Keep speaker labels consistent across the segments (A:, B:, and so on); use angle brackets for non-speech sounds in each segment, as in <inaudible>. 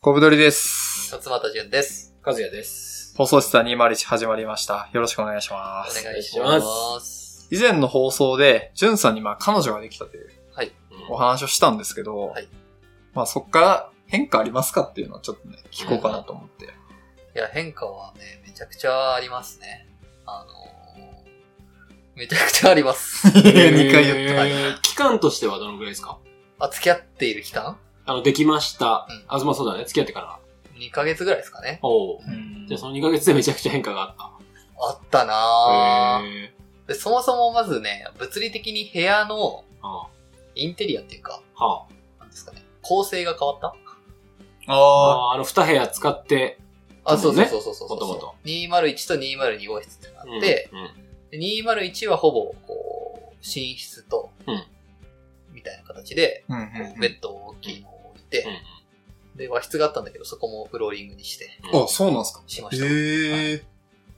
A: 小ぶどりです。
B: 勝俣淳です。
C: 和也です。
A: 放送室は201始まりました。よろしくお願いしま
B: お
A: す。
B: 願いします。
A: 以前の放送で、じゅんさんにまあ彼女ができたという
B: はい。
A: お話をしたんですけど、
B: はい
A: まあそっから変化ありますかっていうのをちょっとね、聞こうかなと思って。
B: いや、変化はね、めちゃくちゃありますね。あのー、めちゃくちゃあります。
A: 二回言った。
B: はい
C: えー期間としてはどのぐらいですか
B: あ、付き合っている期間
C: あの、できました。
B: うん
C: あ、まあそうだね。付き合ってから。
B: ?2 ヶ月ぐらいですかね。
C: おう
A: うん
C: じゃあその2ヶ月でめちゃくちゃ変化があっ
B: あった
C: た。
B: なぁ、
C: へー
B: でそもそもまずね、物理的に部屋の
C: あは
B: インテリアっていうか、
C: あ。
B: なんですかね、構成が変わった
A: あ
C: あーあの、2部屋使って、
B: あ、そ
C: そうう
B: そう
C: ね
B: そうそうそうそう。
C: もともと
B: 201と202号室っていうのがあ
C: うん
B: って、
C: うん
B: で201はほぼ、こう、寝室と、
C: うん
B: みたいな形で、
A: ーうん
B: こう
A: う
B: ベ
A: ん
B: ッドを大きいのを置いうて、
C: ん
B: で、和室があったんだけど、そこもフローリングにして、
A: うん。あ、そうなんですか
B: しま
A: へ
B: した。
A: え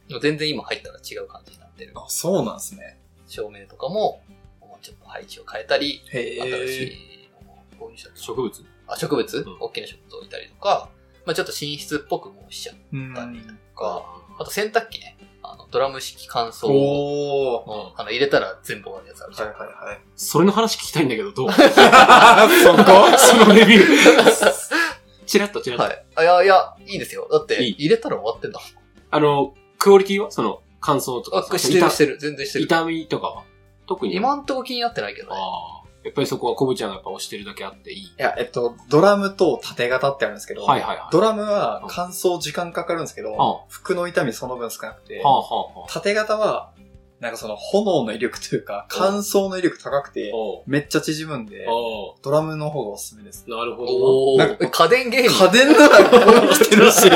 B: でも全然今入ったら違う感じになってる。
A: あ、そうなんですね。
B: 照明とかも、もうちょっと配置を変えたり、
A: へ
B: 新し
A: え。
B: いのを購入したり、
C: 植物
B: あ、植物、
C: ん
B: 大きな植物を置いたりとか、まあちょっと寝室っぽくもしちゃっ
A: うん
B: たりとか、あと洗濯機ね、あの、ドラム式乾燥の、
A: おー。
B: あの、入れたら全部終わるやつあるじ
A: は
B: ゃ
A: い
B: ん。
A: はい
C: それの話聞きたいんだけど、どう
A: <laughs>
C: <laughs>
A: はい。そこ
C: そのレビュー。 <laughs> チラッとチラッと。
B: はい。あいや、いや、いいですよ。だって、
C: いい
B: 入れたら終わってんだもん。
C: あの、クオリティはその、感想と
B: あ、
C: か
B: これ、して
C: 痛
B: る、してる、全然してる。
C: 痛みとかは特に。
B: 今んとこ気になってないけどね。
C: ああ。やっぱりそこはコブちゃんがやっぱ押してるだけあっていい。
A: いや、えっと、ドラムと縦型ってあるんですけど、
C: はいはいはい。
A: ドラムは乾燥時間かかるんですけど、
C: ああ。は
A: 服の痛みその分少なくて、
C: あはあはあ。
A: 縦型は、なんかその炎の威力というか、乾燥の威力高くて、
C: おう
A: めっちゃ縮むんで、
C: お
A: ドラムの方がおすすめです。
C: うなるほど
B: お
A: なんか
B: ー。家電芸人。
A: 家電ならこ
C: <laughs>
A: こに来てるし、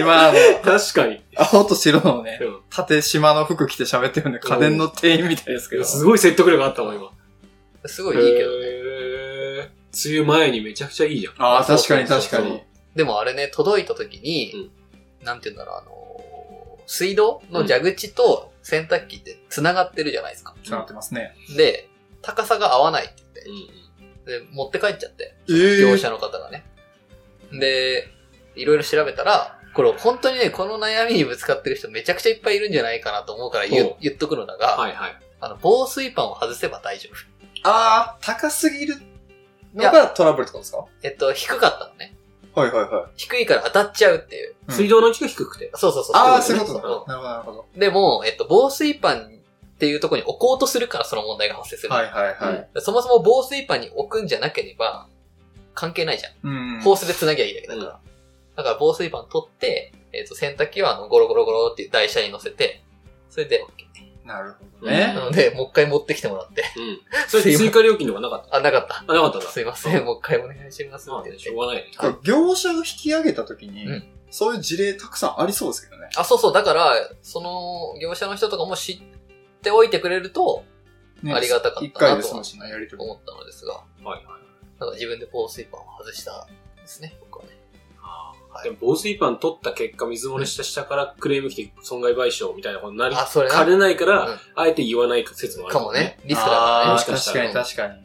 A: 今あの、
C: な。確かに。
A: 青と白のね
C: う、ん
A: 縦縞の服着て喋ってるんで、家電の店員みたいですけど、
C: すごい説得力があったわ、今。
B: すごいいいけど。
C: へー梅雨前にめちゃくちゃいいじゃん。
A: ああ、確かに
C: そう
A: 確
C: そう
A: か
C: そう
A: に。
B: でもあれね、届いた時に、なんて言うんだろう、あのー、水道の蛇口と洗濯機って繋がってるじゃないですか。
A: そうなってますね。
B: で、高さが合わないって
C: う
B: 言
C: ん
B: って、で、持って帰っちゃって、
A: え
B: 業者の方がね。で、いろいろ調べたら、これ本当にね、この悩みにぶつかってる人めちゃくちゃいっぱいいるんじゃないかなと思うから言
C: ほ
B: う
C: う
B: 言っとくのだ
C: は
B: が、
C: いはい。
B: あの、防水パンを外せば大丈夫。
A: ああ、高すぎるのがトラブルってことですか
B: えっと、低かったのね。
A: はいはいはい。
B: 低いから当たっちゃうっていう。
A: うん
C: 水道の位置が低くて。
B: そうそうそう。
A: ああ、
B: そ
A: そう
B: う
A: い
B: いうう
A: こ
B: ことと
A: だ。なる
B: ね
A: ほどなるほど。
B: うんでも、えっと、防水パンっていうところに置こうとするからその問題が発生する。
A: はいはいはい。
B: そもそも防水パンに置くんじゃなければ、関係ないじゃん。
A: うん
B: ホースで繋ぎゃいいだけだから。だから防水パン取って、えっと、洗濯機はあの、ゴロゴロゴロっていう台車に乗せて、それで、
A: なるほど
C: う
A: ね
C: ん
B: な。ので、もう一回持ってきてもらって。
C: うん。それ追加料金とかなかっ
B: あ、なかった。
C: たあ、なかったんだ。
B: すいません、もう一回お願いします
C: ま
B: っ
C: あ
B: て言
C: ね、
B: っ
C: しょ
B: て。
C: うがないね。
A: これ業者が引き上げたときに、
B: うん
A: そういう事例たくさんありそうですけどね。
B: あ、そうそう、だから、その、業者の人とかも知っておいてくれると、
A: ね
B: ありがたかったなと
A: 一回で済むしな、やりとり。
B: 思ったのですが、
C: はいは
B: なんか自分で防水パンを外したんですね、僕はね。
C: い。でも防水パン取った結果、水漏れした下からクレーム来て損害賠償みたいなことになり
B: あ、それ
C: か
B: な。
C: ねない
B: う
C: か
B: ん
C: ら、あえて言わない説もある
B: かもね。。リスクだから
A: あ
B: ね。
A: あ
C: も
A: ー、
C: しかした
A: 確
C: ら
A: かに確かに。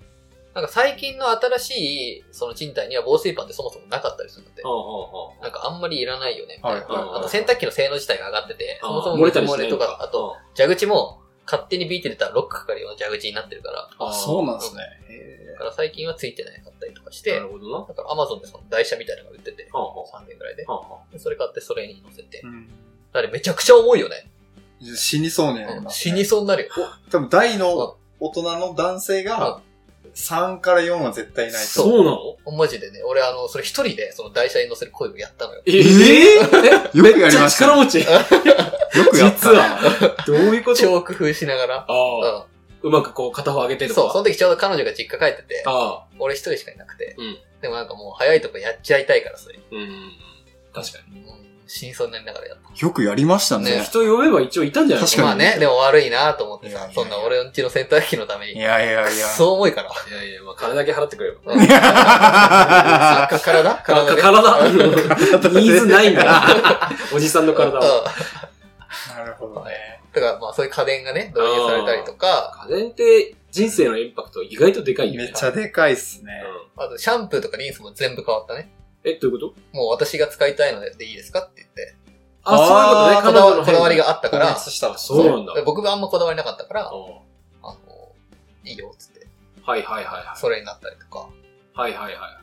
B: なんか最近の新しい、その賃貸には防水パンってそもそもなかったりするんだって
C: は。あはあ
B: なんかあんまりいらないよね、みたい
A: はい
B: な。
A: はい
B: あ
A: は
B: と
A: い。
B: 洗濯機の性能自体が上がってて、そもそ
C: あ
B: も
C: ー
B: 水漏れと
C: しない
B: か、あと、、蛇口も勝手にビーって出たらロックかかるような蛇口になってるから、
C: あ
A: あ、そうなんですね。へ
B: だから最近はついてないかったりとかし
C: な
B: て
C: る、ほどな。は
B: だから Amazon でその台車みたいなのが売ってて、
C: あは
B: 3円ぐらいで。
C: あは
B: でそれ買ってそれに乗せて
A: ー。うん
B: だからめちゃくちゃ重いよね。
A: 死にそうになります、
B: 死にそうになるよ。
A: 多分大の大人の男性が、3から4は絶対
C: あ。
A: ないと。
C: そうなの
B: おマジでね、俺あの、それ一人でその台車に乗せる恋をやったのよ。
C: え
A: えよ <laughs> くや
C: めっ
A: り
C: ちゃ
A: ました。よ
C: 力持ち。
A: くやった
C: 実
A: な。
C: どういうこと
B: 超工夫しながら。
C: ああ、
B: うん。
C: うまくこう、片方上げてとか。
B: そう、その時ちょうど彼女が実家帰ってて、
C: ああ、
B: 俺一人しかいなくて、
C: うん
B: でもなんかもう早いとこやっちゃいたいから、それ。
C: うん。確かに。
B: うん、真相になりながらやった。
A: よくやりましたね。
C: 人呼べば一応いたんじゃない
A: 確かに
B: まあね、でも悪いなと思って
A: いやいや
B: さ
A: い、や
B: そんな俺んちの洗濯機のため
A: い
B: に、
A: やいや
B: くっ
A: いや。 <laughs>
B: そ重いから。
C: に。いやいや、まあ、金だけ払ってくれば。
B: うんあか体
C: か
B: 体で
C: 体、ニーズないん
B: <laughs>
C: だな。おじさんの体は。
B: う
A: <laughs> なるほどね。
B: んだからまあそういう家電がね、導入されたりとか、
C: 家電って人生のインパクト意外とでかいよね。
A: めっちゃでかいっすね
C: う。ん
B: あとシャンプーとかリンスも全部変わったね。
C: え、どういうこと
B: もう私が使いたいのでいいですかって言って、
A: あ
C: あ、そ
B: こ
C: ういうことね。
B: だ
C: 彼女
B: わ
C: の
B: こだわり
C: が。
B: があったか
A: 確
B: ら、
A: 立したら
C: そうなんだ。
B: 僕があんまこだわりなかったから、
C: う
B: あの、いいよ、つって、
C: んはいはいはいはい。
B: それになったりとか。
C: はいはいは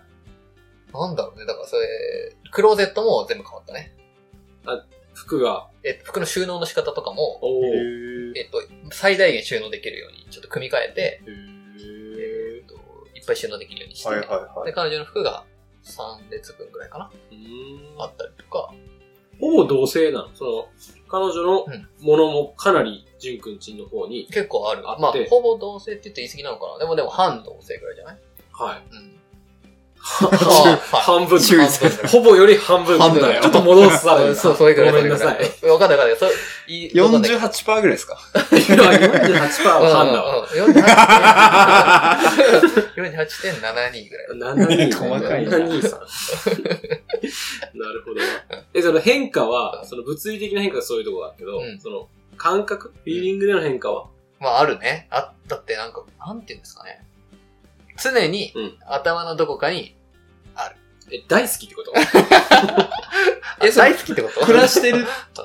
B: なんだろうね、だからそれ、クローゼットも全部変わったね。
C: い。服が、
B: えっと、服の収納の仕方とかも、
C: おー。へ
A: へ
B: えっと、最大限収納できるように、ちょっと組み替えて、え
C: ー
B: っと、いっぱい収納できるようにして、
A: はいはいは
B: で、
A: い。
B: 彼女の服が3列分くらいかな
C: うーん
B: あったりとか、
C: ほぼ同性なのその、彼女の
B: うん
C: ものもかなり、淳くんちの方に、
B: 結構ある。
C: あって
B: まあ、ほぼ同性って言って言い過ぎなのかな。でもでも半同性ぐらいじゃない
C: はい。 <laughs>
B: うん。
C: 半分。
B: 注意する
C: ほぼより半分。
B: 半分だよ
C: ちょっと戻すさ。
B: そうそう、それぐらい。
C: ごめんなさ
B: い。
C: い。
B: わかんないわかんない。それ、いい、わかんないけど
A: 48%ぐらいですか
C: 今48%は半だ
B: う
C: わ。
B: んうんうん48.72 48.72ぐらい。
C: 7
A: 細かい
C: な
A: な。
C: なるほどな。え、その変化は、その物理的な変化がそういうところだけど、
B: うん
C: その感覚、フィーリングでの変化は、
B: まあ、あるね。あったって、なんか、なんていうんですかね。常に
C: うん、
B: 頭のどこかに、
C: え、大好きってこと
B: え、
A: えそれ
B: 大好きってこと
A: 暮らしてる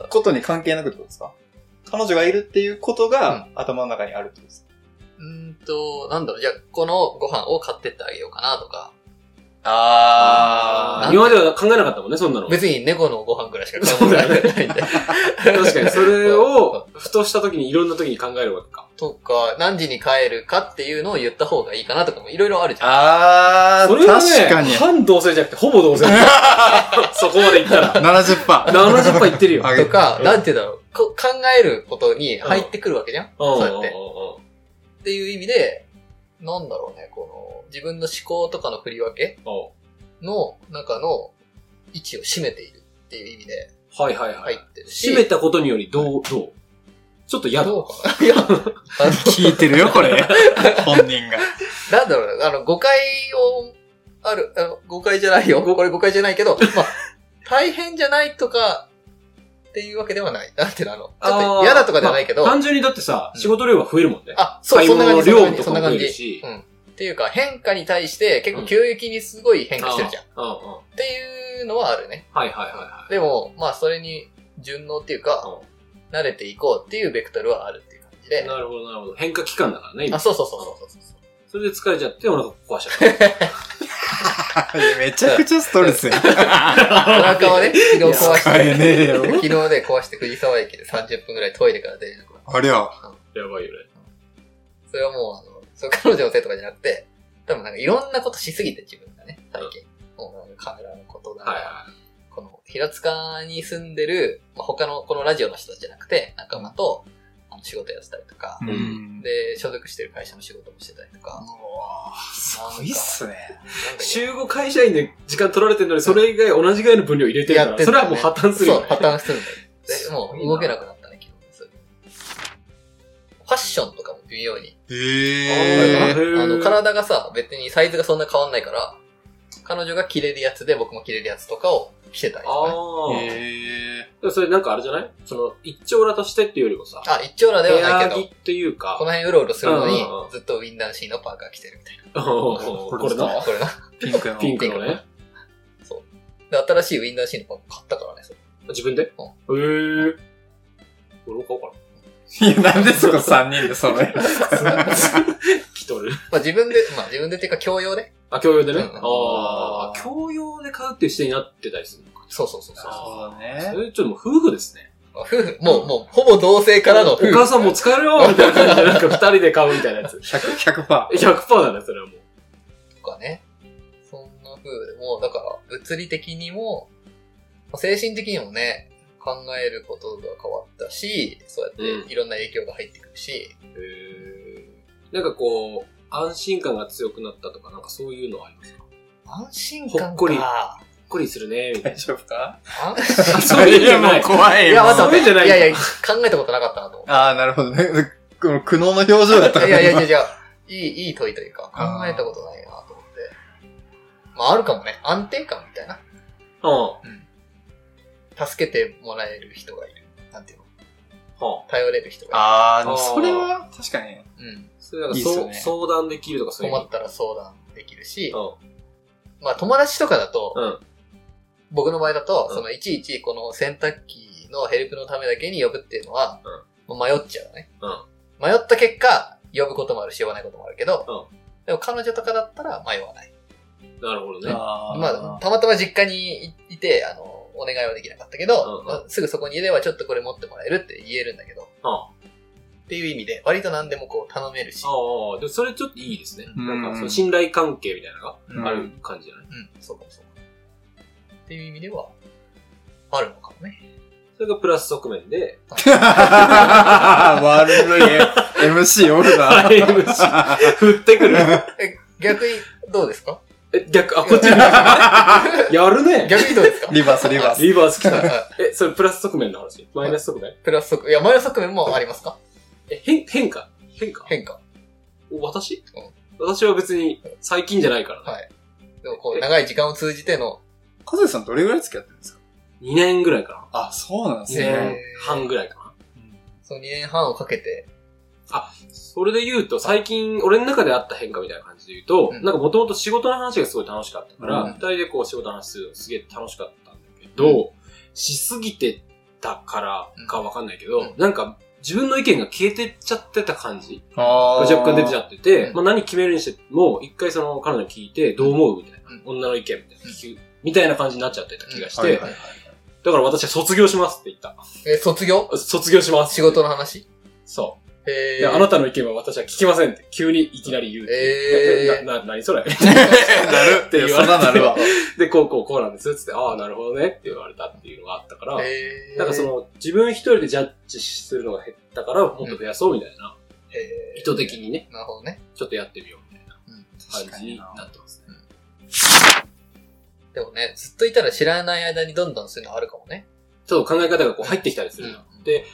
A: ことに関係なくってことですか <laughs> 彼女がいるっていうことが頭の中にあるってことですか
B: うーんと、なんだろう、じゃあ、このご飯を買ってってあげようかなとか。
A: あ
B: ー
C: 今までは考えなかったもんね、そんなの。
B: 別に猫のご飯ぐらいしか買うものがな
A: <laughs>
B: いんで。
C: 確かに、それを、ふとした時にいろんな時に考えるわけか。
B: とか、何時に帰るかっていうのを言った方がいいかなとかもいろいろあるじゃん。
A: あ
C: それはね、半同性じゃなくて、ほぼ同性そこまでいったら。
A: 70%。
C: 70%いってるよ。
A: あ
B: とか、
C: うん
B: なんて言うんだろう、こ考えることに入ってくるわけじゃん。そうやって。
C: う
B: っていう意味で、なんだろうね、この、自分の思考とかの振り分け
C: んうんうんうん
B: の中の位置を占めているっていう意味で
C: はいはいは
B: 入
C: い。
B: ってるし。
C: 閉めたことにより、どう、どうちょっと嫌だ。
B: どうかないや、あの
A: 聞いてるよ、これ。本人が。 <laughs>
B: なんだろうね、あの、誤解を、ある、あの誤解じゃないよ。 <laughs> これ誤解じゃないけど、まあ、大変じゃないとか、っていうわけではない。なんていうの、あの、ちょっと嫌だとかじゃないけど、
C: まあ単純にだってさ、
B: うん
C: 仕事量が増えるもんね。
B: あ、そう、
C: 買い
B: そんな
C: 物
B: 感
C: の
B: じ、
C: 量
B: そんな感じ、
C: と
B: そ
C: か
B: ん
C: も
B: な
C: 増
B: 感
C: え
B: じ。
C: る
B: っ
C: し。
B: ていうか、変化に対して結構急激にすごい変化してるじゃん。っ
C: うんうん。はい
B: ていうのはあるね。
C: はいはいは
B: でも、まあ、それに順応っていうか、慣れていこうっていうベクトルはあるっていう感じ
C: い。
B: で。
C: なるほどなるほど。変化期間だからね、
B: あ、
C: 今。
B: そうそうそうそうそうそう。
C: それで疲れちゃってお腹壊しちゃった。
A: めちゃくちゃストレスや。
B: <laughs> お腹をね、昨日壊し
A: 使えねえよ
B: て、昨日ね、壊して藤沢駅で30分くらいトイレから出れなくなった
A: ありゃ。
C: やばいよね。
B: それはもう、あの、それ彼女のせいとかじゃなくて、多分なんかいろんなことしすぎて自分がね、最近。もうなんかカメラのことだ、
C: はいはい。
B: この、平塚に住んでる、まあ、他の、このラジオの人たちじゃなくて、仲間と、あの仕事やってたりとか、
A: うん。
B: で、所属してる会社の仕事もしてたりとか、
A: すごいっすね。
B: なんか
C: 週5会社員で時間取られてるのに、それ以外同じぐらいの分量入れてるか
B: やっ
C: ら、
B: てん
C: そ
B: だ
C: れ
B: ね
C: はもう破綻するよ
B: そう、破
C: ね。
B: 綻するんだよ。で、
C: すごいな
B: もう動けなくなったね、昨日。それファッションとかも微妙に。
A: へ
C: へ
A: え。
C: ー
B: あの、体がさ、別にサイズがそんな変わんないから、彼女が着れるやつで僕も着れるやつとかを着てたりとかね、
C: ああ。
A: へえ。
C: でもそれなんかあれじゃないその、一丁羅としてっていうよりもさ、
B: あ、一丁羅で
C: 部
B: はな
C: 屋
B: いけど、
C: 着っていうか
B: こ、の辺うろうろするのに
C: うんうんうん、
B: ずっとウィンダーシーのパーカー着てるみたいな。
C: <laughs> これな。
B: これな。
A: ピンクの。
C: ピンクのね。
B: で、新しいウィンダーシーのパーカー買ったからね、
C: <laughs>
B: それ
C: 自分でへえ。俺も買おうかない
A: や、なんでそこ3人で揃える
C: 着とる。 <laughs>
B: まあ自分で、まあ自分でっていうか共用で。
C: あ、共用でね。
B: うん
C: ああ、共用で買うっていう視点になってたりするのか。
B: そうそうそうそう。
A: そう
C: そ
A: ね。
C: れちょっともう夫婦ですね。
B: まあ夫婦、もう、もう、ほぼ同性からの
C: お
B: 夫婦。
C: 母さんもう使え
B: <laughs>
C: るよみたいな感じで、なんか二人で買うみたいなやつ。
A: 100%。100%。
C: 100%だね、それはもう。
B: とかね。そんな風でもう、だから、物理的にも、精神的にもね、考えることが変わったし、そうやっ
C: う
B: ていろんな影響が入ってくるし、
C: なんかこう、安心感が強くなったとか、なんかそういうのはありますか
B: 安心感か。
C: ほっこりほっこりするね、みたい
A: 大丈夫か
B: 安 <laughs>
C: な。そういうんじゃない。
A: 怖い
B: い
A: よ
B: や、待っ
C: そうい
B: て
C: うんじゃ
B: 待っ
C: な
B: て。
C: い
B: いやいや、考えたことなかったなと思っ。
A: ああ、なるほどね。この苦悩の表情だったた
B: いやいやい
A: 今
B: やいや、いい、いい問いというか、考えたことないなと思って。まあ、あるかもね。安定感みたいな。
C: うん。は
B: 助けてもらえる人がいる。なんていうの
C: あ。
B: 頼れる人が
A: あーで
C: あ
A: も
C: ー
A: それは確かに。
B: いる。うん。
C: それなんか
A: いいっす
C: そ
A: よ
C: う
A: ね
C: 相談できるとかそういう意
B: 困
C: 味
B: っ。たら相談できるし、
C: う
B: まあ友達とかだと、
C: うん
B: 僕の場合だと、
C: うん
B: そのいちいちこの洗濯機のヘルプのためだけに呼ぶっていうのは、もう迷っちゃうね。
C: うん
B: 迷った結果、呼ぶこともあるし、呼ばないこともあるけど、
C: う
B: でも彼女とかだったら迷わない。
C: なるほどね。
A: あー
B: まあ、たまたま実家にいいて、あの、お願いはできなかったけど、
C: うん
B: まあすぐそこにいればちょっとこれ持ってもらえるって言えるんだけど、っていう意味で、割と何でもこう頼めるし、
C: ああ、でもそれちょっといいですね。
A: うん
C: なんかその信頼関係みたいなの
A: うん
C: がある感じじゃない、
B: うん、そうかもそうか。っていう意味では、あるのかもね。
C: それがプラス側面で、
A: 悪い MC おるな。
C: MC 振ってくる。
B: 逆に、どうですか
C: え、逆、あ、こっちに。 <laughs> やるね。
B: 逆にどう
C: <laughs>
B: ですか
A: リバース、リバース。
C: リバース来た。
B: あ
C: え、それプラス側面の話マイナス側面
B: プラス側、いや、マイナス側面もありますか
C: え、変、変化変化
B: 変化。
C: お私
B: う
C: 私は別に最近じゃないからね。
B: はい。でもこう、長い時間を通じての、
A: カズさんどれぐらい付き合ってるんですか
C: 2年ぐらいかな。
A: あ、そうなんです
C: 2
B: へ
A: ね
B: ー。
C: 年半ぐらいかな。
B: その2年半をかけて、
C: それで言うと、最近、俺の中であった変化みたいな感じで言うと、
B: うん
C: なんかもともと仕事の話がすごい楽しかったから、
A: うん
C: 二人でこう仕事の話するのすげえ楽しかったんだけど、しすぎてたからかわかんないけど、
B: うん
C: なんか自分の意見が消えてっちゃってた感じ
A: あー
C: 若干出てちゃってて、
B: うん
C: まあ、何決めるにしても、一回その彼女に聞いて、どう思うみたいな、
B: う
C: 女の意見みたいな、聞くみたいな感じになっちゃってた気がして、
A: はいはいはい
C: だから私は卒業しますって言った。
B: え、卒業
C: 卒業します。
B: 仕事の話
C: そう。
B: え
C: いやあなたの意見は私は聞きませんって、急にいきなり言う。
B: えー
C: な、な、何それ <laughs>
A: なるって
C: 言
A: 言
C: わ
A: わ
C: れ
A: な
C: て
A: るわ。
C: で、こうこうこうなんですっつって、ああ、なるほどねって言われたっていうのがあったから、
B: えー
C: なんかそ、の、自分一人でジャッジするのが減ったから、もっと増やそうみたいな、
B: えー
C: 意図的にね、
B: なるほどね。
C: ちょっとやってみようみたいな
B: うん
C: 感じになってますね。
B: でもね、ずっといたら知らない間にどんどんそういうのあるかもね。
C: ちょっと考え方がこう入ってきたりするじゃん
B: うん
C: で、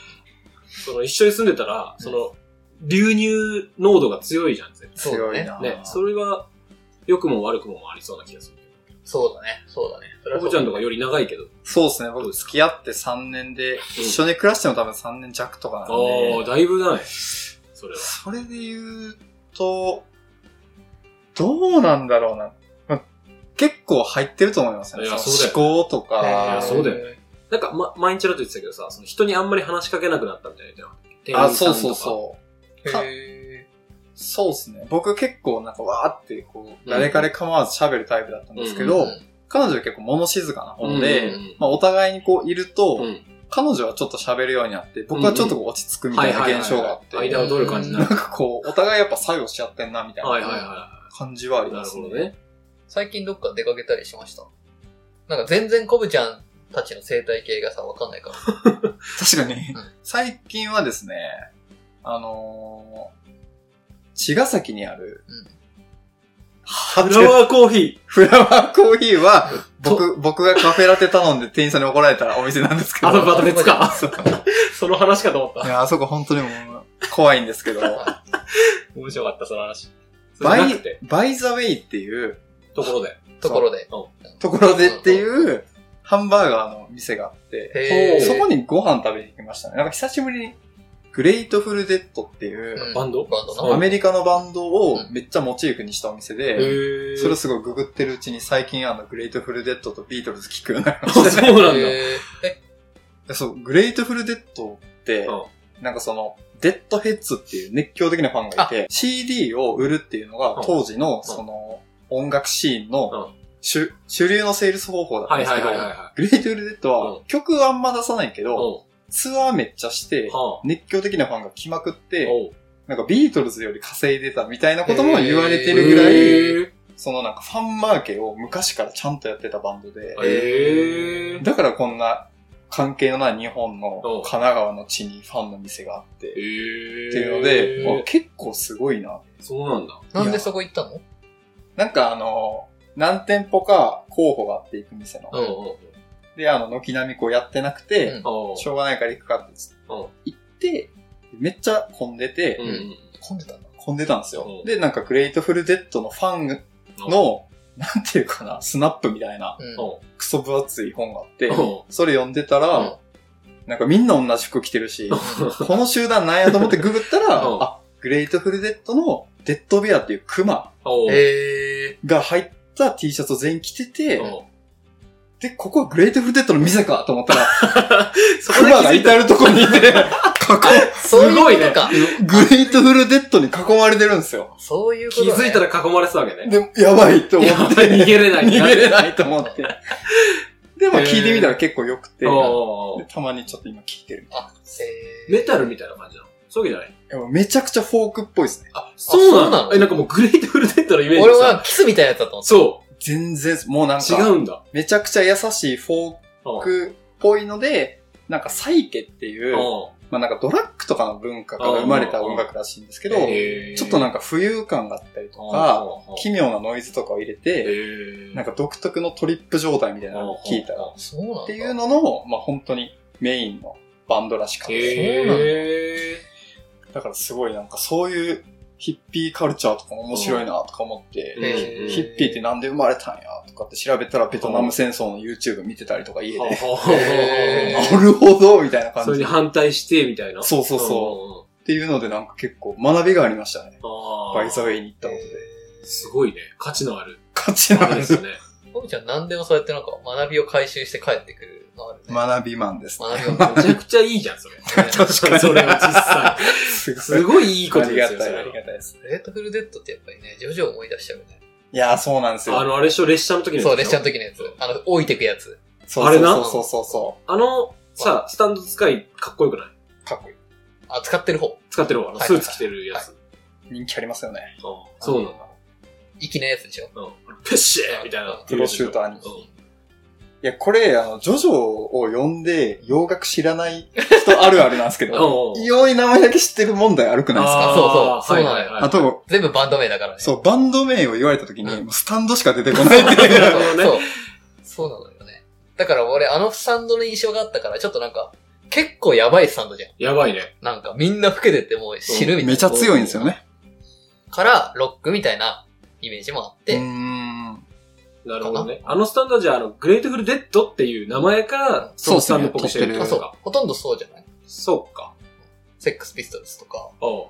C: その一緒に住んでたら、
B: うん
C: その、流入濃度が強いじゃん、全然
B: そうだ
A: 強い
B: ね。
A: な。
C: ね、それは、良くも悪くもありそうな気がする。
B: そうだね。そうだね。それは
C: コ
B: そう
C: コちゃんとかより長いけど、
A: そうですね。僕付き合って3年で、一緒に暮らしても多分3年弱とかなん
C: ああ、
A: で、
C: だいぶない。それは。
A: それで言うと、どうなんだろうな。まあ結構入ってると思いますね。
C: いや
A: その
C: そうだ
A: 思考と
C: い
A: か
C: や。そうだよなんか、ま、毎日だと言ってたけどさ、その人にあんまり話しかけなくなったみたいな言ってなか
A: あ、
C: ったっけ。
A: そうそう
C: う。
A: そう。
B: だへ
A: そうですね。僕結構なんかわーってこ
C: ん
A: う、誰彼構わず喋るタイプだったんですけど、
B: うん
A: 彼女は結構物静かな方で、
C: うんうんうん
A: まあお互いにこういると、
C: うん。
A: 彼女はちょっと喋るようになって、僕はちょっとこう落ち着くみたいな現象があって、
C: 間を取る感じにな
A: なん
C: る。
A: かこう、お互いやっぱ作業しちゃってんなみたい
C: はい
A: な
C: はいは
A: 感じはあり
C: い。な
A: ま
C: る
A: す
C: ほ
A: ね。
C: どね。
B: 最近どっか出かけたりしましたなんか全然コブちゃんたちの生態系がさ、わかんな
A: <laughs>
B: いから。
A: 確かに
B: うん。
A: 最近はですね、あのー、茅ヶ崎にある、
B: うん
A: は
C: フラワーコーヒー。
A: フラワーコーヒーは、
C: と
A: 僕、僕がカフェラテ頼んで店員さんに怒られたお店なんですけど。
C: あのまた別か。
A: そう
C: その話かと思っ
A: い
C: た。
A: や、あそこ本当にもう、怖いんですけど。
C: 面白かった、その話。それじゃ
A: バ
C: な
A: イ
C: くて、
A: バイザウェイっていう、
C: ところで。
B: ところで。
A: ところでっていう、ハンバーガーの店があって、
B: へー
A: そこにご飯食べに行きましたね。なんか久しぶりに、グレイトフルデッドっていう、
B: うん
C: バンド
B: バンド
C: うん
A: ア
B: の。
A: メリカのバンドを
B: うん
A: めっちゃモチーフにしたお店
C: へ
A: で、
C: ー
A: それをすごいググってるうちに最近あの、グレイトフルデッドとビートルズ聞くようになりま
C: あ
A: した
C: <laughs> そ
A: ね。
C: うなんだ。
B: へーえ、
C: <laughs>
A: でそう、グレイトフルデッドって、なんかその、デッドヘッズっていう熱狂的なファンがいて、CD を売るっていうの
C: う
A: が
C: ん
A: 当時のその音楽シーンの主主流のセールス方法だったん
C: はい
A: です
C: は
A: け
C: い
A: ど
C: はい、は
A: グレイトフルデッド
C: う
A: は曲はあんま出さないけ
C: い。
A: ど、
C: お
A: ツアーめっちゃして
C: うん。、は
A: 熱狂的なファンが来まくっ
C: あ。
A: て、
C: おう
A: なんかビートルズより稼いでたみたいなことも言われてるぐ
B: へ
A: らい、
B: い
C: へ
A: そのなんかファンマーケを昔からちゃんとやってたバンドで、
C: ーへー
A: だからこんな関係のない日本の
C: うん
A: 神奈川の地にファンの店があって、
C: へー
A: っていうので、まあ、結構すごいな。
C: そうなんだ。
B: なんでそこ行ったの
A: なんかあの、何店舗か候補があって行く店の。
C: うんうんうん。
A: で、あの、軒並みこうやってなくて、
C: あ
A: しょうがないから行くかって
C: うん
A: 言って、めっちゃ混んでて、
C: あ。うんうん。
B: 混んでたんだ。
A: 混んでたんです
C: う
A: よ
C: ん。
A: で、なんかグレイトフルデッドのファンの、なんていうかな、スナップみたいな、
B: うん
C: おう
A: クソ分厚い本があって
C: うん、
A: それ読んでたら、なんかみんな同じ服着てるし、この集団なんやと思ってググったら、
C: うん
A: あ、グレイトフルデッドのデッドベアっていうクマ
C: おう
B: へえ。
A: が入った T シャツを全員着てて、
C: おう
A: で、ここはグレートフルデッドの店かと思った
C: <laughs>
A: ら、
C: そこ
A: ク
C: で
A: マが
C: 気づいた。
A: 至るとこにい
C: <laughs>
A: て、囲
B: そういうこ
C: ごいね
B: とか。
A: グレートフルデッドに囲まれてるんですよ。
B: そういうこと
C: 気
B: ね。
C: づいたら囲まれてたわけね。
A: で、やばいと思
C: や
A: っ
C: ば
A: て。
C: い逃げれない
A: 逃げれないと思って。 <laughs> で、まあ
C: へー
A: 聞いてみたら結構良くて、
C: おー
A: でたまにちょっと今聞いてる。
B: あ、えー
C: メタルみたいな感じなのそういうわけじゃない。
A: でもめちゃくちゃフォークっぽいですね。
C: あ、そうな
B: そうなの
C: のえ、なんかもうグレートフルデッドのイメージ
B: 俺
C: でさ
B: はキスみたいなやつだと思って
C: そ
A: 全然、もうなん
C: う。違
A: か、
C: うんだ。
A: めちゃくちゃ優しいフォー
C: うん
A: クっぽいので、なんかサイケっていう、
C: う
A: まあなんかドラッグとかの文化から生まれた音楽らしいんですけど、
B: うんうんうん
A: ちょっとなんか浮遊感があったりとか、奇妙なノイズとかを入れて、なん
C: か、
A: か独特のトリップ状態みたいなのを聞いたら、っ
B: そうなんだ。
A: ていうのの、まあ本当にメインのバンドらしかったですね。
C: へ
B: そうなんだ
C: え。
A: だからすごいなんかそういうヒッピーカルチャーとかも面白いなとか思って
C: う、
B: へ
C: ん
A: ヒッピーってなんで生まれたんやとかって調べたらベトナム戦争の YouTube 見てたりとか家で、
B: へー
A: なるほどみたいな
C: そ
A: 感
C: れ
A: じ
C: に
A: で。
C: 反対して、みたいな。
A: そうそうそう。っていうのでなんか結構学びがありましたね。
C: うん。あ
A: バイザウ
C: ー
A: ェイに行ったことで。
C: すごいね。価値のある。
A: 価値のある <laughs>
C: <laughs> ですね。
B: ポミちゃん何でもそうやってなんか学びを回収して帰ってくるのあるね。
A: 学びマンですね。
B: 学びを
C: めちゃくちゃいいじゃん、それ。
A: 確かに
C: それは実際。
A: すごい
C: すごいいいこと
A: あり
C: で
A: が
C: すよ、
A: た
C: そ
A: い、あ
C: れ
A: りがたいです。
B: レートフルデッドってやっぱりね、徐々思い出しちゃうよね。
A: いやー、そうなんですよ。
C: は。あの、あれでしょ、列車の時のやつ
B: そう、
C: で
B: 列
C: しょ
B: 車の時のやつ。あの、置いてくやつ。
A: そう
C: あれな
A: そうそうそうそ。
C: あの、さ、スタンド使い、かっこよくないう
A: かっこいい。
B: あ、使ってる方。
C: 使ってるわ。あの
B: はい
C: スーツ着てるやつ。
A: 人気ありますよね。
C: うんそうなんだ。
B: 粋なやつでしょ。
C: うんペッシェーみたいな。
A: プロシューターに。
C: うん
A: いや、これ、あの、ジョジョを呼んで、洋楽知らない人あるあるなんです
C: <laughs>
A: けど、
C: うん。
A: 異様に名前だけ知ってる問題あるくないですか
B: あ
C: あー
B: そうそうそうなのよ
C: はいはいはい
A: あと、
B: 全部バンド名だからね。。
A: そうう、バンド名を言われた時に、
B: う
A: もうスタンドしか出てこないっていう。
B: そう
C: ね
B: そう。そうなのよね。だから俺、あのスタンドの印象があったから、ちょっとなんか、結構やばいスタンドじゃん。
C: やばいね。
B: なんか、みんな老けてってもう死ぬみたい <laughs> な。
A: めちゃ強いんですよね。
B: から、ロックみたいなイメージもあっ
A: うー
B: て、
A: ん。
C: なるほどね。あのスタンドじゃ、あの、グレートフルデッドっていう名前から、そのスタンドっぽくしてる
A: うん
B: あ、
C: の
B: そう
C: か。。
B: ほとんどそうじゃない
C: そうか。
B: セックスピストルズとか、
C: お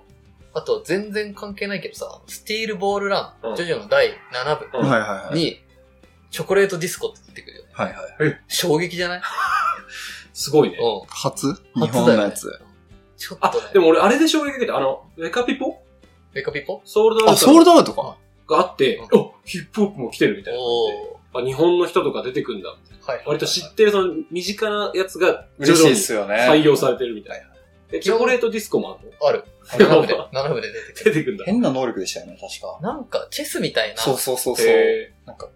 B: あと全然関係ないけどさ、スティールボールラ
C: う
B: ン、
C: ん
B: ジョジョの第7部
C: う
A: はい
C: ん
A: はいはい。
B: に、チョコレートディスコって出てくるよね。
A: はいはい。
B: 衝撃じゃない
C: すごいね。
B: うん。
A: 初日
B: 初だ
A: 本
B: よ
A: の
B: ね
A: やつ。
B: ちょっ
C: あ
B: とね、。
C: でも俺、あれで衝撃受けた。あの、メカピポ
B: メカピポ
C: ソールドア
A: あ、
C: ウ
A: ソールド
C: ト
A: アウトか。
C: があって、
B: うん
C: おヒップホップも来てるみたいな感じで。
B: おー。
C: あ、日本の人とか出てくんだ。
B: はい。
C: 割と知ってる、その、身近なやつが、徐
A: 嬉しい
C: 々
A: っ
C: に
A: すよね。
C: 採用されてるみたいな。で、チョコレートディスコもあるの
B: ある。7部で、7部で出てく
C: 出
B: る。
C: てくんだ。
A: 変な能力でしたよね、確か。
B: なんか、チェスみたいな。
A: そうそうそうそう。
C: へ
A: なんか、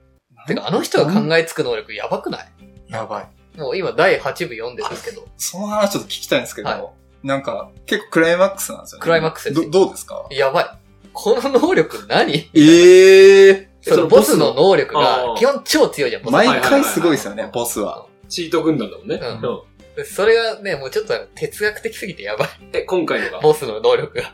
B: てか、あの人が考えつく能力やばくない
A: やばい。
B: もう今第8部読んでるんですけど、
A: その話ちょっと聞きたいんですけど、
B: はい
A: なんか、結構クライマックスなんですよね。
B: クライマックスです
A: ど、どうですか
B: やばい。この能力何
A: ええ
B: そのボスの能力
C: あ
B: が
C: ー、
B: 基本超強いじゃん、ボス
A: 毎
C: はいはいは
A: 回
C: いはい
A: すごいですよね、ボスは。
C: チート軍団だもんね。
B: うん
C: うん
B: でそれがね、もうちょっと哲学的すぎてやばい。
C: え、今回のが。
B: ボスの能力が。
C: へ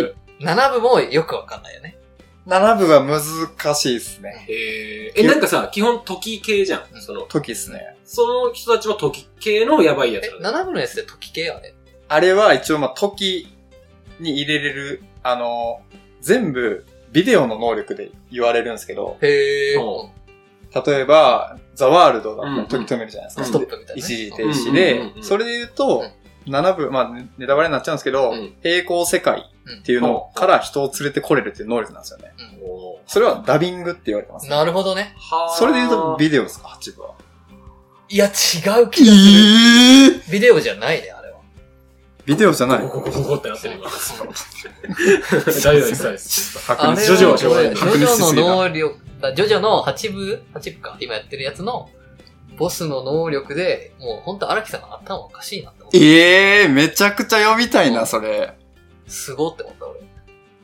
C: ー
B: 7部もよくわかんないよね。
A: 7部は難しいですね。
C: へーえ、なんかさ、基本時系じゃん。その、
A: 時ですね。
C: その人たちも時系のやばいやつ
B: え、
C: なんだ。
B: 7部のやつで時計あれ
A: あれは一応まあ時に入れれる、あの、全部ビデオの能力で言われるんですけど、
B: へー。
C: う
A: 例えば、ザワールドだ
C: うんうん
A: と時止めるじゃないですか。
B: ストップみたいなね。
A: 一時停
B: うん
A: 止
C: うんうんうんう
A: で、
C: ん
A: それで言うと、7部、まあネネタバレになっちゃうんですけど、
C: うん
A: 平行世界っていうの
C: うん
A: から人を連れてこれるっていう能力なんですよね。
C: おー
A: それはダビングって言われてます、ね。
B: なるほどね。
C: はー
A: それで言うとビデオですか、8部は。
B: いや、違う気がす
A: ええ
B: る。ビデオじゃないね、あれは。
A: ビデオじゃない。
C: ゴゴゴゴってなってる今。
B: ジ
C: 大丈夫です、大丈夫です。
A: 白熱
B: ョ
C: あれジョジョはしょうがない
B: ジ
A: 白
B: ョジ
A: 熱し
B: ョ
A: すぎた
B: の能力、あジョジョの8部 ?8 部か。今やってるやつの、ボスの能力で、もうほんと荒木さんの頭おかしいなって思っ
A: ええめちゃくちゃ読みたいな、それ。
B: た。すごって思った、俺。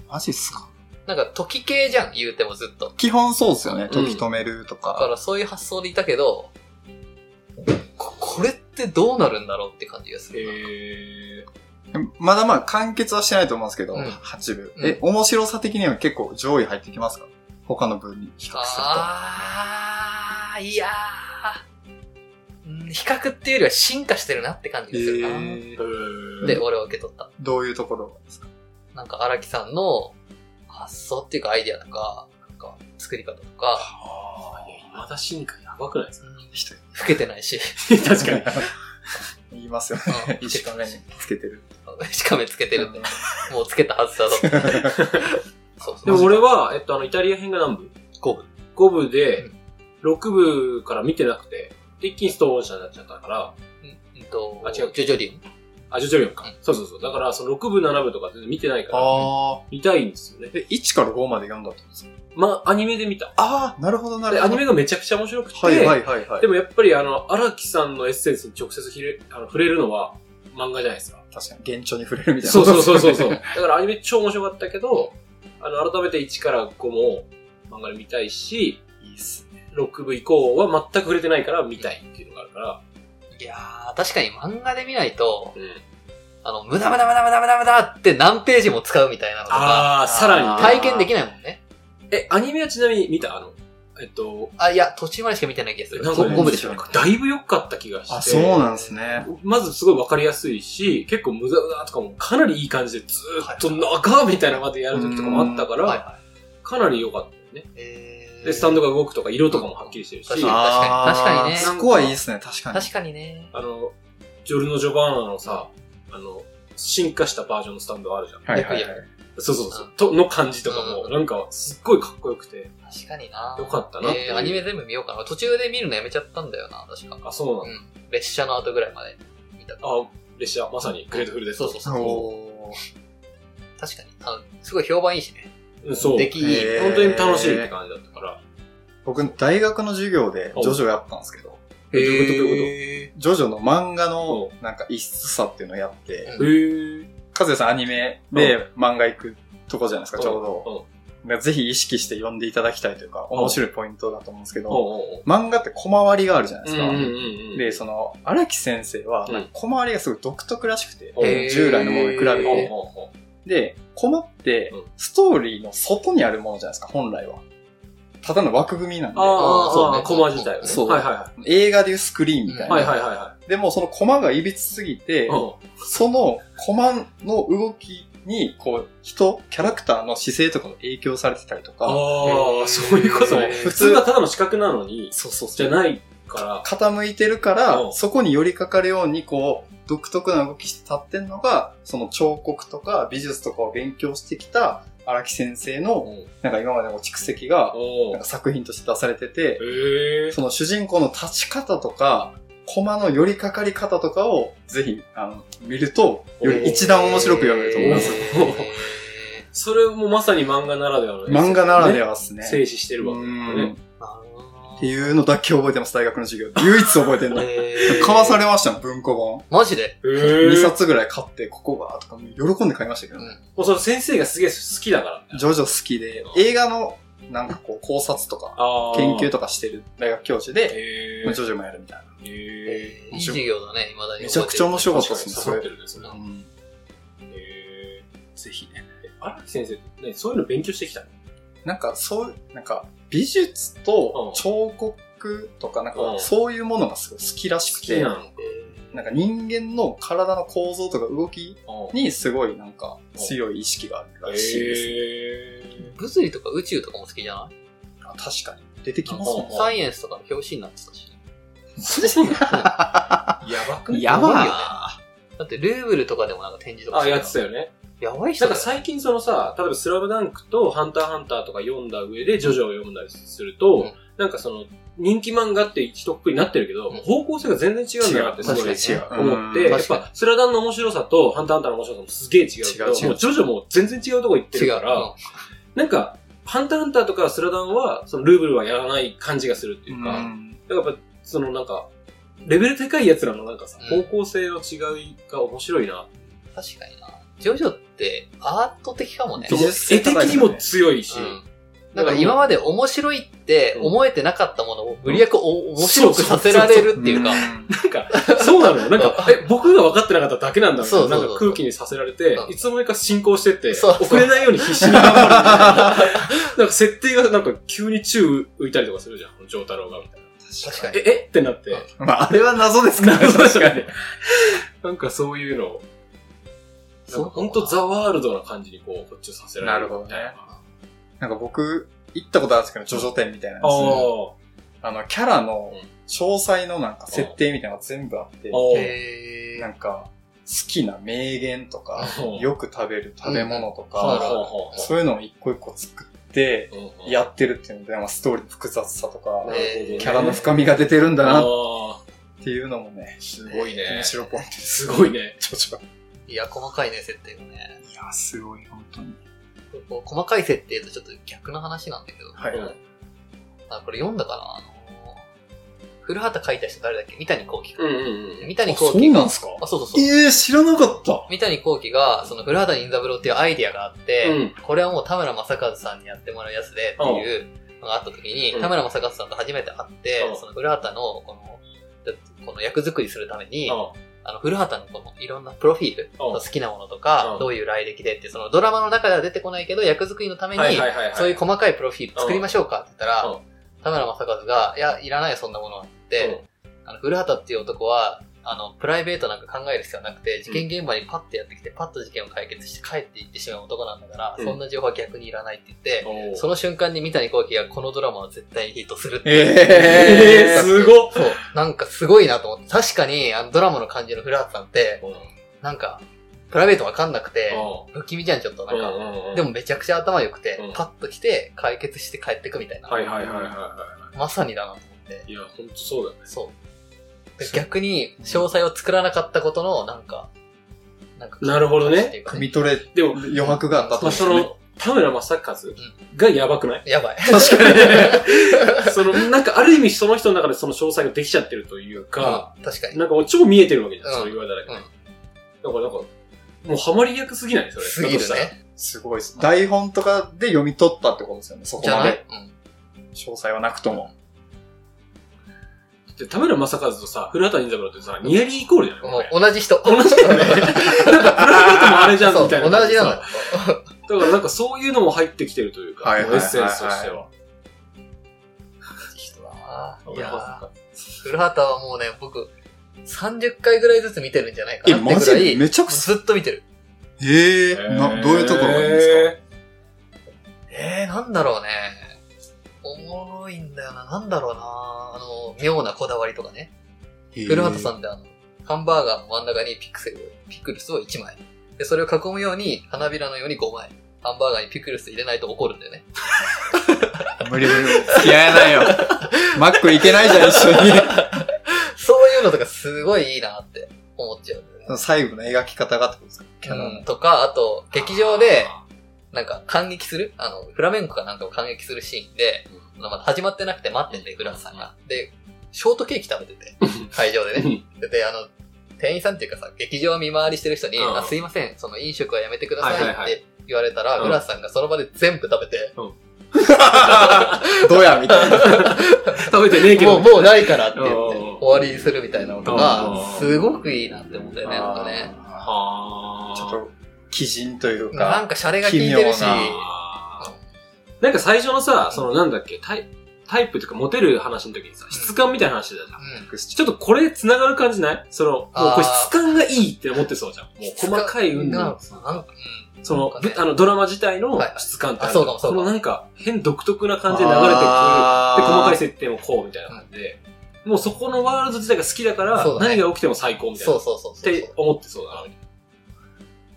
A: マジっすか
B: なんか時系じゃん、言うてもずっと。
A: 基本そうですよね。
C: うん
A: 時止めると
B: だか
A: か。
B: らそういう発想でいたけど、ここれってどうなるんだろうって感じがする。
C: へー
A: まだまあ完結はしてないと思うんですけど、
B: うん
A: 8部。
B: うん
A: え、面白さ的には結構上位入ってきますか他の分に比較すると。
B: あー、いやー。うん比較っていうよりは進化してるなって感じがするな。
A: え
C: へー
B: で、俺は受け取った。
A: どういうところですか
B: なんか荒木さんの発想っていうかアイディアとか、なんか作り方とか、
C: あーいや、未だ進化ややばくないですか
B: 老けてないし。
C: 確かに。
A: 言い
B: <laughs>
A: ますよね。
C: <laughs>
B: うん
A: 一生懸つけてる。
B: しかめつけてるって。もうつけたはず
C: <laughs>
B: だぞって。そう
C: で
B: そう
C: も俺は、えっと、あの、イタリア編が何部
B: 五部。
C: 5部で
B: う、
C: 6部から見てなくて、で一気にストーンオン社になっちゃったから、
B: うんうんと、
C: あ違う
B: ジョジョリン。
C: あ、ジョジョリオンか
B: うん。
C: そうそうそう。だから、その6部、7部とか全然見てないから、
A: ああ。
C: 見たいんですよね。
A: え、1から5まで読んだってことですか
C: まあ、アニメで見た。
A: ああ、なるほど、なる
C: で、
A: ほ
C: ア
A: ど。
C: ニメがめちゃくちゃ面白くて、
A: はいはいはいはい。
C: でもやっぱり、あの、荒木さんのエッセンスに直接ひれあの触れるのは漫画じゃないですか。
A: 確かに、現状に触れるみたいな。
C: そうそうそうそうそう。だからアニメ超面白かったけど、あの、改めて1から5も漫画で見たいし、
A: いいっすね。
C: 6部以降は全く触れてないから見たいっていうのがあるから、
B: いやー、確かに漫画で見ないと、
C: うん。
B: あの、無駄無駄無駄無駄無駄無駄って何ページも使うみたいなのとか、
C: あー、さらにね。
B: 体験できないもんね。
C: え、アニメはちなみに見たあの、えっと、
B: あ、いや、途中までしか見てない気がする。
C: なん
A: か
B: ゴ
A: ね
B: ゴムでしょ。
C: だいぶ良かった気がして。
A: あ、そうなんですね。
C: まずすごいわかりやすいし、結構無駄だとかもかなりいい感じでずーっと長みたいなまでやる時とかもあったか
B: はい
C: ら、
B: は
C: かなり良かったよね。
B: い。え
C: で、スタンドが動くとか色とかもはっきりしてるし、
B: 確
C: あ
B: かに確かにね
A: あーそこはいいっすね、確かに。
B: 確かにね。
C: の、ジョルノ・ジョバーナのさ、あの、進化したバージョンのスタンドあるじゃん。
A: はいはいはい。
C: そうそうそう
B: う。
C: との感じとかも、
B: うん
C: なんか、すっごいかっこよくて。
B: 確かにな。
C: よかったなっていう
B: えーアニメ全部見ようかな。途中で見るのやめちゃったんだよな、確か。
C: あ、そうなん
B: う
C: だ。
B: ん。列車の後ぐらいまで見た。
C: あ、列車、まさにグレートフルです。
B: そうそうそう。
A: おー。
B: 確かに。あの、すごい評判いいしね。
C: うんそう。
B: 出来いい。
A: へー
C: 本当に楽しいって感じだったから。
A: 僕、大学の授業でジョジョやったんですけど、
C: えどういうことどういうこ
B: え
A: ジョジョの漫画
C: う
A: のなんか異質さっていうのをやって、
C: とへえ。
A: 和也さんアニメで漫画行くとこじゃないですか、ちょうど。
C: ど。
A: だからぜひ意識して読んでいただきたいというか、
C: うん
A: 面白いポイントだと思うんですけ
C: お
A: ど、
C: うおうおう
A: 漫画って小回りがあるじゃないで
C: う
A: す
C: ん
A: か。
C: うんうんうん。
A: で、その、荒木先生は
C: うん、
A: 小回りがすごい独特らしくて、
C: へ
B: ー
A: 従来のものに比べ
C: おう
A: て。
C: おうおう
A: で、コマって
C: うん、
A: ストーリーの外にあるものじゃないですか、本来は。ただの枠組みなんで。
C: あ
B: そ
C: あ、
B: う
C: そう
B: ね
C: ね。コマ自体はね。
A: そう
C: はいはいは
A: 映画でいうスクリーンみたい
C: い。
A: な。
C: はいはいはいは
A: でもそのコマがいびつすぎて
C: い。、う
A: そのコマの動きに、こう、人、キャラクターの姿勢とかも影響されてたりとか、
C: んああ、そういうことね。
A: 普
C: 普通
A: 通
C: はただの視覚なのに、
A: そうそう
C: じ
A: そ
C: ゃ
A: う。
C: ないから、
A: 傾いてるから、
C: うん
A: そこに寄りかかるように、こう、独特な動きして立ってんのが、その彫刻とか美術とかを勉強してきた荒木先生の、
C: うん
A: なんか今までの蓄積が、
C: お
A: なん
C: ー
A: か作品として出されてて、
C: へえ。
A: その主人公の立ち方とか、コマの寄りかかり方とかを、ぜひ、あの、見ると、より一段面白く読めると思います。
B: え
C: それもまさに漫画ならではのね
A: 漫画ならではですね。
C: 静止してるわ
A: う
C: けだから
A: ん
C: ね。
A: っ
B: ーなるほどな
A: ていうのだけ覚えてます、大学の授業で。唯一覚えてんの。
B: えー
A: 買わされましたね、文庫
B: マジで
A: 本。
C: へ
A: 2
C: え。
A: 冊ぐらい買って、ここが、とか、喜んで買いましたけどね。
C: もうその先生がすげえ好きだから。
A: ジョジョ好きで、映画の、なんかこう、考察とか、
C: ああ。
A: 研究とかしてる大学教授で、
C: へ
A: まあジ
C: え。
A: ョジョもやるみたいな。
C: へ
B: え
C: え。
B: ーいい授業だね、未だに。
A: めちゃくちゃ面白かった
C: 確
A: で
C: かに
A: すね、
C: 刺
A: そ
C: さっ
A: れ
C: て。るね、それ
B: う。
A: うん
C: へー
A: ぜひね。
C: え荒木先生ってね、そういうの勉強してきたの
A: なんか、そう、なんか、美術と彫刻とか、なん
C: う
A: か、
C: ん
A: そういうものがすごい好きらしくて、
C: の
A: なんか人間の体の構造とか動きにすごいなんか強い意識があるらしいです、ね
C: へえ。
B: 物理とか宇宙とかも好きじゃない
A: あ確かに。出てきますもん
C: う
A: ね
C: ん。
B: サイエンスとかの表紙になってたし。
C: やばくない
A: やばいよね
B: だってルーブルとかでもなんか展示とか
C: あ、やってた
B: よ。
C: よね。
B: やばい人
C: な
B: だ
C: んか
B: よ。
C: 最近そのさ、例えばスラムダンクとハンターハンターとか読んだ上でジョジョを読んだりすると、
B: うん
C: なんかその、人気漫画って一括りになってるけど、
B: うん
C: 方向性が全然違うんだなってすごい
B: 違う
A: うん
C: 思って、やっ
B: 確かに
C: ぱ、スラダンの面白さと、ハンターハンターの面白さもすげえ違うけど、
A: 違う違う
C: もうジョジョも全然違うとこ行って
B: 違
C: る
B: う
C: か。
B: うん
C: ら、なんか、ハンターハンターとかスラダンは、そのルーブルはやらない感じがするっていうか、
A: うん
C: だからやっぱ、そのなんか、レベル高い奴らのなんかさ、
B: うん
C: 方向性の違いが面白いな。
B: 確かにな。ジョジョってアート的かもね。
A: 美
C: 絵
A: 術性
C: 的
A: 高いです
C: に
A: よね
C: も強いし、
B: うんなんか今まで面白いって思えてなかったものを無理やくお面白くさせられるっていうか、
C: なんか、そうなのよ。なんか、え、僕が分かってなかっただけなんだ
B: そうそうう
C: ろ
B: そ
C: な。
B: う
C: なんか空気にさせられて
B: う、ん
C: いつの間にか進行してって、
B: そうそう
C: 遅れないように必死に頑張るみたいな。なんか設定がなんか急に宙浮いたりとかするじゃん、この丈太郎がみたいな。
B: 確かに。
C: え、えってなって
B: うん。
A: まあ、あれは謎ですからね。
C: 謎でし
A: 確
C: ょ
A: かに。
C: なんかそういうの、な
B: そ
C: ん
B: う
C: か
B: か
C: ほんとザワールドな感じにこう、こっちをさせられる。
A: なるほどねなんか僕、行ったことあるんですけど、ジョジョ店みたいなや
C: ああ
A: つ。あの、キャラの
C: うん
A: 詳細のなんか設定みたいなのが全部あって、
C: おー
B: へ
A: なんか、好きな名言とか、
C: うん
A: よく食べる食べ物と
C: はあ
A: か、
C: はあはあ
A: そういうのを一個一個作って
C: うんうん
A: やってるっていうので、まあ、ストーリーの複雑さとか
C: なるほど、
B: え
C: ね
B: ー
A: キャラの深みが出てるんだ
C: あ
A: なっ
C: ー
A: ていうのもね、
C: すごいね
A: 面。白いポイントです。
C: すごいね。
A: ちょちょ
B: いや、細かいね、設定がね。
A: いや、すごい、本当に。
B: こう細かい設定とちょっと逆の話なんだけど、
A: はいはい。
B: あこれ読んだかなあの、古畑書いた人誰だっけ三谷幸喜か。
C: うんうんうん。
B: 三谷
A: あそ
B: 幸
A: う
B: 喜
A: な
B: が
A: ん、すか
B: あ、そうそうそう。
A: ええー、知らなかった。
B: 三谷幸喜が、その古畑任三郎っていうアイディアがあって、
C: うん
B: これはもう田村正和さんにやってもらうやつでっていうのがあった時に、
C: うん
B: 田村正和さんと初めて会って、
C: うん
B: その古畑のこの、この役作りするために、
C: あ
B: あの、古畑のこのいろんなプロフィール、
C: う
B: 好
C: ん
B: きなものと
C: う
B: か
C: ん、
B: どういう来歴でって、そのドラマの中では出てこないけど、役作りのために、
C: はいはいはいはい
B: そういう細かいプロフィール作りましょうかって言った
C: うんう
B: ら、田村正和が、いや、いらないよ、そんなものはって、あの、古畑っていう男は、あの、プライベートなんか考える必要なくて、事件現場にパッてやってきて、パッと事件を解決して帰っていってしまう男なんだから、
C: うん
B: そんな情報は逆にいらないって言って、
C: うん
B: その瞬間に三谷幸喜がこのドラマは絶対にヒットするっていう。
A: え
C: えー、
A: えー、
C: すごっ
B: そう、なんかすごいなと思って、確かに、あの、ドラマの感じの古畑さんって、なんか、プライベートわかんなくて、不気味じゃん、ちょっとなんか。で
C: も、
B: もめちゃくちゃ頭良くて、
C: うん
B: パッと来て、解決して帰ってくみたいな。
C: はいはいはいはいは
B: まさにだなと思って。
C: い。いや、ほんとそうだね。
B: そう。で逆に、詳細を作らなかったことの、なんか、なんか、
C: なるほどね
B: っていうか
A: 汲み取れ、
C: でも、
A: 余白があった
C: まあ、その、田村正和がやばくない
B: やばい。
A: 確かに。
C: その、なんかある意味その人の中でその詳細ができちゃってるというか、
B: うん確かに。
C: なんかもう超見えてるわけじゃん、
B: うん
C: そう言われただけで。
B: うん
C: だからなんか、もうハマり役すぎないそれ。
B: すぎる
C: だとしたら。
B: ね。
A: すごいです。台本とかで読み取ったってことですよね、そこ
B: じゃ
A: ま
B: ない
A: で。
B: うん。
A: 詳細はなくとも。
C: で、田村正和とさ、古畑任三郎ってさ、ニアリーイコールじゃない
B: も
C: も
B: う
C: う、
B: 同じ人。
C: 同じだよね。なんか、プライベートもあれじゃん、
B: そう
C: みたいな。
B: 同じなの。
C: だからなんかそういうのも入ってきてるというか、
A: はい
C: エ
A: はいはい
C: ッ
A: はい
C: センスとしては。
B: 人だなぁい
C: い
B: や
C: や
B: ー古畑はもうね、僕、30回ぐらいずつ見てるんじゃないか
A: え、
B: なって
A: マ
B: ぐ
A: ジ
B: らい、
A: でめちゃくちゃ。
B: ずっと見てる。
A: へえー、な、どういうところがいいんです
C: か
B: えー、なんだろうね。おもろいんだよな。なんだろうな。あの、妙なこだわりとかね。
A: か
B: 古畑さ
A: ん。
B: んってあの、ハンバーガーの真ん中にピクセル、ピクルスを1枚。で、それを囲むように、花びらのように5枚。ハンバーガーにピクルス入れないと怒るんだよね。
A: 無理無理無理。付き合えないよ。マック行けないじゃん、一緒に。
B: そういうのとかすごいいいなって思っちゃうんだよね。
A: 最後の描き方がってことですかキャラ
B: う
A: の
B: ん。とか、あと、劇場で、なんか、感激するあの、フラメンコかなんかを感激するシーンで、まだ始まってなくて待ってんで、フランスさんが。で、ショートケーキ食べて <laughs> て、会場でね。で、あの、店員さんっていうかさ、劇場を見回りしてる人に、
C: うん
B: あすいません、その飲食はやめてください
C: はいはい
B: っ
C: はい
B: て言われたら、
C: うん
B: フランスさんがその場で全部食べて、
A: <laughs> どうやみたいな。
C: <laughs> 食べてねえけ
B: もう、
C: ど。
B: もうないからって言っ
C: う
B: て
C: ん、
B: 終わりにするみたいなのと
C: うん
B: か、すごくいいなって思ったよね、なんかね。
A: あ
C: は
A: ー
C: ー
A: ちょっと、鬼人という
B: な
A: か
B: ん。かシャレが効いてるし、
A: 奇妙
C: あーなんか最初のさ、そのなんだっけ、タイタイプというかモテる話の時にさ、質感みたいな話でたじゃん。
B: うん
C: ちょっとこれ繋がる感じないその、もう
B: あー
C: これ質感がいいって思ってそうじゃん。もう細かい運
B: な
C: 動
B: ん。か、うん
C: その
B: なんかね、
C: あの、ドラマ自体の
B: はい
C: 質感って
B: あそうかもそうかも
C: このなんか、変独特な感じで流れてくる。で、細かい設定もこうみたいな感じで。もうそこのワールド自体が好きだから、
B: そうだね
C: 何が起きても最高みたい
B: そ
C: な。
B: う
C: っ
B: そうそうそう。
C: て思ってそうだな。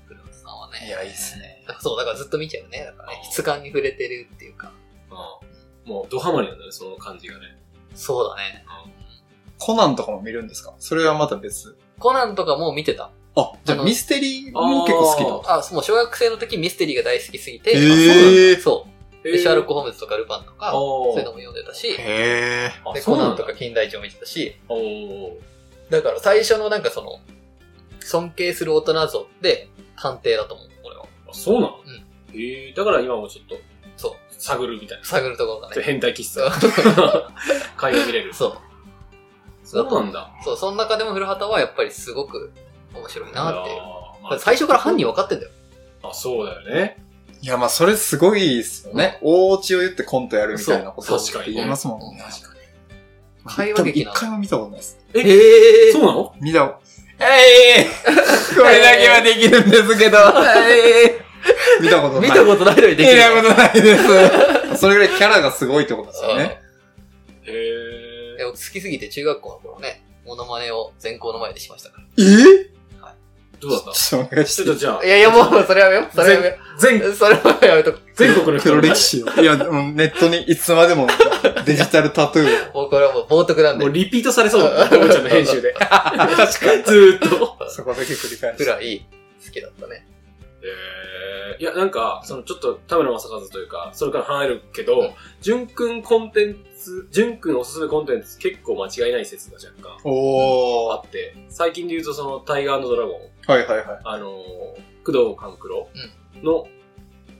B: フランスさんはね。
A: いや、いいっすね。
B: そう、だからずっと見ちゃうね。だからね、質感に触れてるっていうか。
C: うんもう、ドハマりなんだね、その感じがね。
B: そうだね。
A: コナンとかも見るんですかそれはまた別。
B: コナンとかも見てた。
A: あ、じゃ
B: あ
A: あ
B: の
A: ミステリーも結構好きだ。
B: あ、もう小学生の時ミステリーが大好きすぎて、
A: へー
B: そう。で、シャーロック・ホームズとかルパンとか、
C: お
B: そ
C: ー
B: ういうのも読んでたし、
A: へ
C: あ
B: で、
C: そ
B: コ
C: う
B: ナ
C: な
B: ン
C: ん
B: と
C: だ
B: か近代一を見てたし、
C: おー
B: だから最初のなんかその、尊敬する大人像って探偵だと思う、俺は。
C: あそうなの
B: うん
C: へえ、だから今もちょっと
B: そう。
C: 探るみたいな。
B: 探るところが
C: ちょっと
B: ね。
C: 変態気質
B: そ
C: が
B: う。
C: <laughs> 会話見れる。
B: そう。
C: そうなんだ。
B: そう、その中でも古畑はやっぱりすごく面白いなっていう。
C: あー
B: だ
C: ま
B: か
C: あ
B: ら最初から犯人分かってんだよ。
C: あ、そうだよね。
A: ー。いや、まあ、それすごいっすよね。大オチを言ってコントやるみたいなこと
C: そう
A: って言いますもんね。
C: 確か
B: 会話
A: 多分
B: 劇な
A: 一回も見たことないです。
C: に。え、
B: へ
C: そうなの
A: 見たこと。ええこ
B: れだけは
A: できるんですけど。見たことない。
B: 見たことないのにでき
A: 見
B: る。
A: たことないです。それぐらいキャラがすごいってことですよね。
C: へへ
B: で僕好きすぎて中学校の頃ね、モノマネを全校の前でしましたか
A: え
C: ー。どうだった
A: ちょっとお願い
C: ちょ
A: し
C: っと
A: て。
C: じゃあ。
B: ら。いやいや、もう、それはやめよう。それはやめよ
C: 全、
B: う。それはやめとく。
C: 全国の人
A: 黒歴史を。いや、もうネットにいつまでもデジタルタトゥーを。
B: もうこれはもう冒涜なん
C: も
B: で
C: う。リピートされそうだね。ともちゃんの編 <laughs> 集で。確かに。ずーっと。
A: そこだけ繰り返
B: ぐ
A: して。
B: らい好きだったね。
C: えーいや、なんか、そのちょっと田村正和というか、それから離れるけど、じゅんくんコンテンツ、じゅんくんおすすめコンテンツ結構間違いない説が若干
A: お
C: あ
A: ー。
C: って、最近で言うとそのタイガードラゴン、
A: はいはいはい。
C: あのー工藤官九郎の、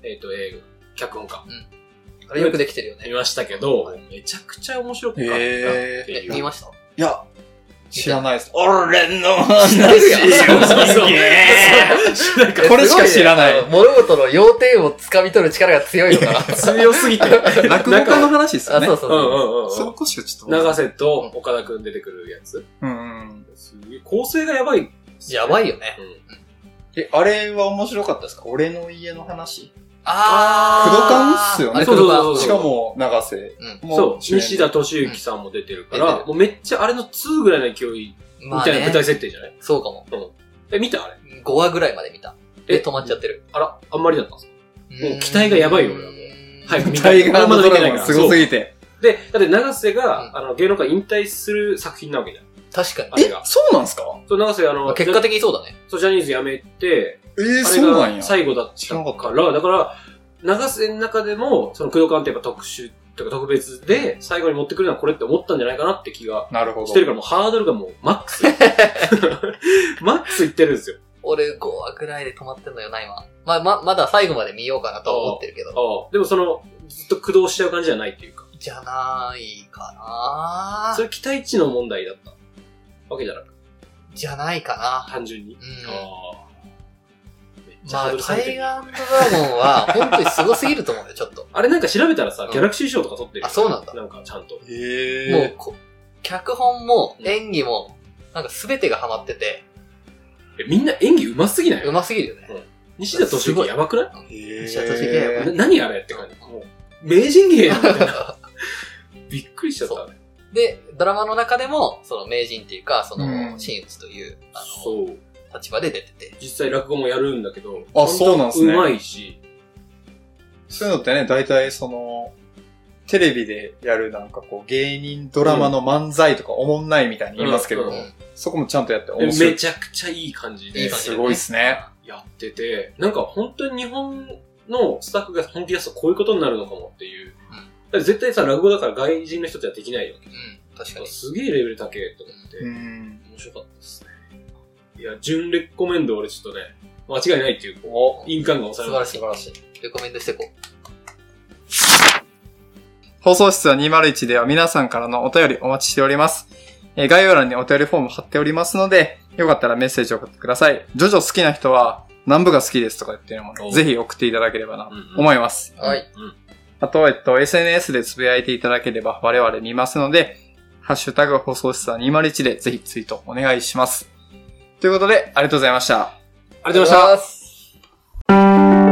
C: えっ、と、映画、脚本家。
B: あれよくできてるよ
C: 見
B: ね。
C: ましたけど、めちゃくちゃ面白かったって
A: へー
B: え
C: いう。
B: 見ました
A: いや、知らないです。俺の話
C: そうそうそう
A: すげえ
C: そうなんか
A: これしか知らない
B: すご <laughs> ねあの物事の要点を掴み取る力が強いのかな。 <laughs>
C: 強すぎて。 <laughs>
A: 落語家の話ですよ
B: あ、
A: ね
B: そう。そう
C: うんうん
B: そう。
C: うん
A: そ
C: うん。
A: こしかちょっと。
C: 長瀬と岡田くん出てくるやつ。
A: うんうん。
C: すげえ構成がやばい。
B: やばいよね。
C: うん。
A: え、あれは面白かったですか俺の家の話
B: あ
A: クドカンっすよね
B: あれ、クドカン
C: そう
A: しかも、長瀬
B: う
A: も
C: そう、
A: 主演で
C: 西田敏行さんも出てるか
B: うん出て
C: ら、
B: る
C: もうめっちゃあれの2ぐらいの勢いみ
B: まあ
C: たいな舞
B: ね、
C: 台設定じゃない
B: そうかも。
C: え、見たあれ
B: 5話ぐらいまで見た。で、
C: え
B: 止まっちゃってる。
C: あら、あんまりだったんですかもう期待がやばいよ俺はもう早く見た
A: タ
C: い。
A: イガー
C: ま
A: のド
C: だ見てない
A: ラマ
C: から。
A: すごす
C: そう
A: ぎて。
C: で、だって長瀬が、
B: うん
C: あの、芸能界引退する作品なわけじゃん。
B: 確かに
C: あ。れが。
A: そうなんすか
C: そう、長瀬あ
B: ま
C: の
B: あ、結果的にそうだね。
C: ジャそうジャニーズ辞めて、
A: えー、
C: あ
A: そ
C: れ
A: うなん
C: が
A: や。
C: 最後だったから、だから、長瀬の中でも、その工藤館ってやっぱ特殊とか特別で、最後に持ってくるのはこれって思ったんじゃないかなって気が
A: なるほ
C: してる
A: ど。
C: からもうハードルがもうマ
A: <laughs>
C: ックス。マックスいってるんですよ。
B: 俺5話ぐらいで止まってんのよな、今。まあ、ま、まだ最後まで見ようかなとは思ってるけど。
C: ああでもその、ずっと駆動しちゃう感じじゃないっていうか、
B: じゃないかな
C: そういう期待値の問題だったわけじゃなく、
B: じゃないかな
C: 単純に。
B: うん。
C: ああ。めっちゃ
B: ま
C: ハー
B: あ
C: ド、ル下
B: タ
C: げて
B: イ
C: る
B: ガードラゴンは、本当にすごすぎると思うんだよ、ちょっと。
C: あれなんか調べたらさ
B: う、ん
C: ギャラクシー賞とか取ってるよ
B: あそうなんだ
C: なんかちゃんと。
A: え
B: もう
A: ー。
B: こ、脚本も演技も、なんか全てがハマってて、
C: え、みんな演技上手すぎない
B: 上手すぎるよね。
C: 西田敏
B: すご
C: 行
B: い
C: やばくない
A: え
B: 西田敏行はやばい
C: な何あれって感じ。もう、名人芸なん <laughs> だよなびっくりしちゃったね。
B: で、ドラマの中でも、その名人っていうか、その、
A: うん
B: 真打ちという、あ
C: そう。
B: の、立場で出てて。
C: 実際落語もやるんだけど、
A: あそうなんすね
C: 上手いし、
A: そういうのってね、大体その、テレビでやるなんかこう、芸人ドラマの漫才とかおもんないみたいに言いますけど
C: うん、
A: そこもちゃんとやって面白
C: め
A: い。
C: ちゃくちゃいい感じ
B: い
C: で
B: い感じ
A: すごいっすね。
C: やってて、なんか本当に日本のスタッフが本気出すとこういうことになるのかもっていう。
B: うん
C: だって絶対さ、落語だから外人の人じゃできないよ。
B: うん、確かに。
C: すげえレベル高えと思って、
A: うん。
C: 面白かったですね。いや、純レッコメンド俺ちょっとね、間違いないっていう、
A: お、
C: 印鑑が押
B: 素
C: さ
B: 晴
C: れ
B: ら
C: ま
B: し
C: し
B: い。素晴らしい。レコメンドしていこう。
A: 放送室は201では皆さんからのお便りお待ちしております。えー概要欄にお便りフォーム貼っておりますので、よかったらメッセージを送ってください。ジョジョ好きな人は、南部が好きですとか言ってるの
C: お
A: も、ぜひ送っていただければな
C: た。、うんうん
A: 思います。
B: はい。
A: あと、えっと、SNS でつぶやいていただければ我々見ますので、ハッシュタグ放送室は201でぜひツイートお願いします。ということで、ありがとうございました。
C: ありがとうございました。
B: す。
A: 「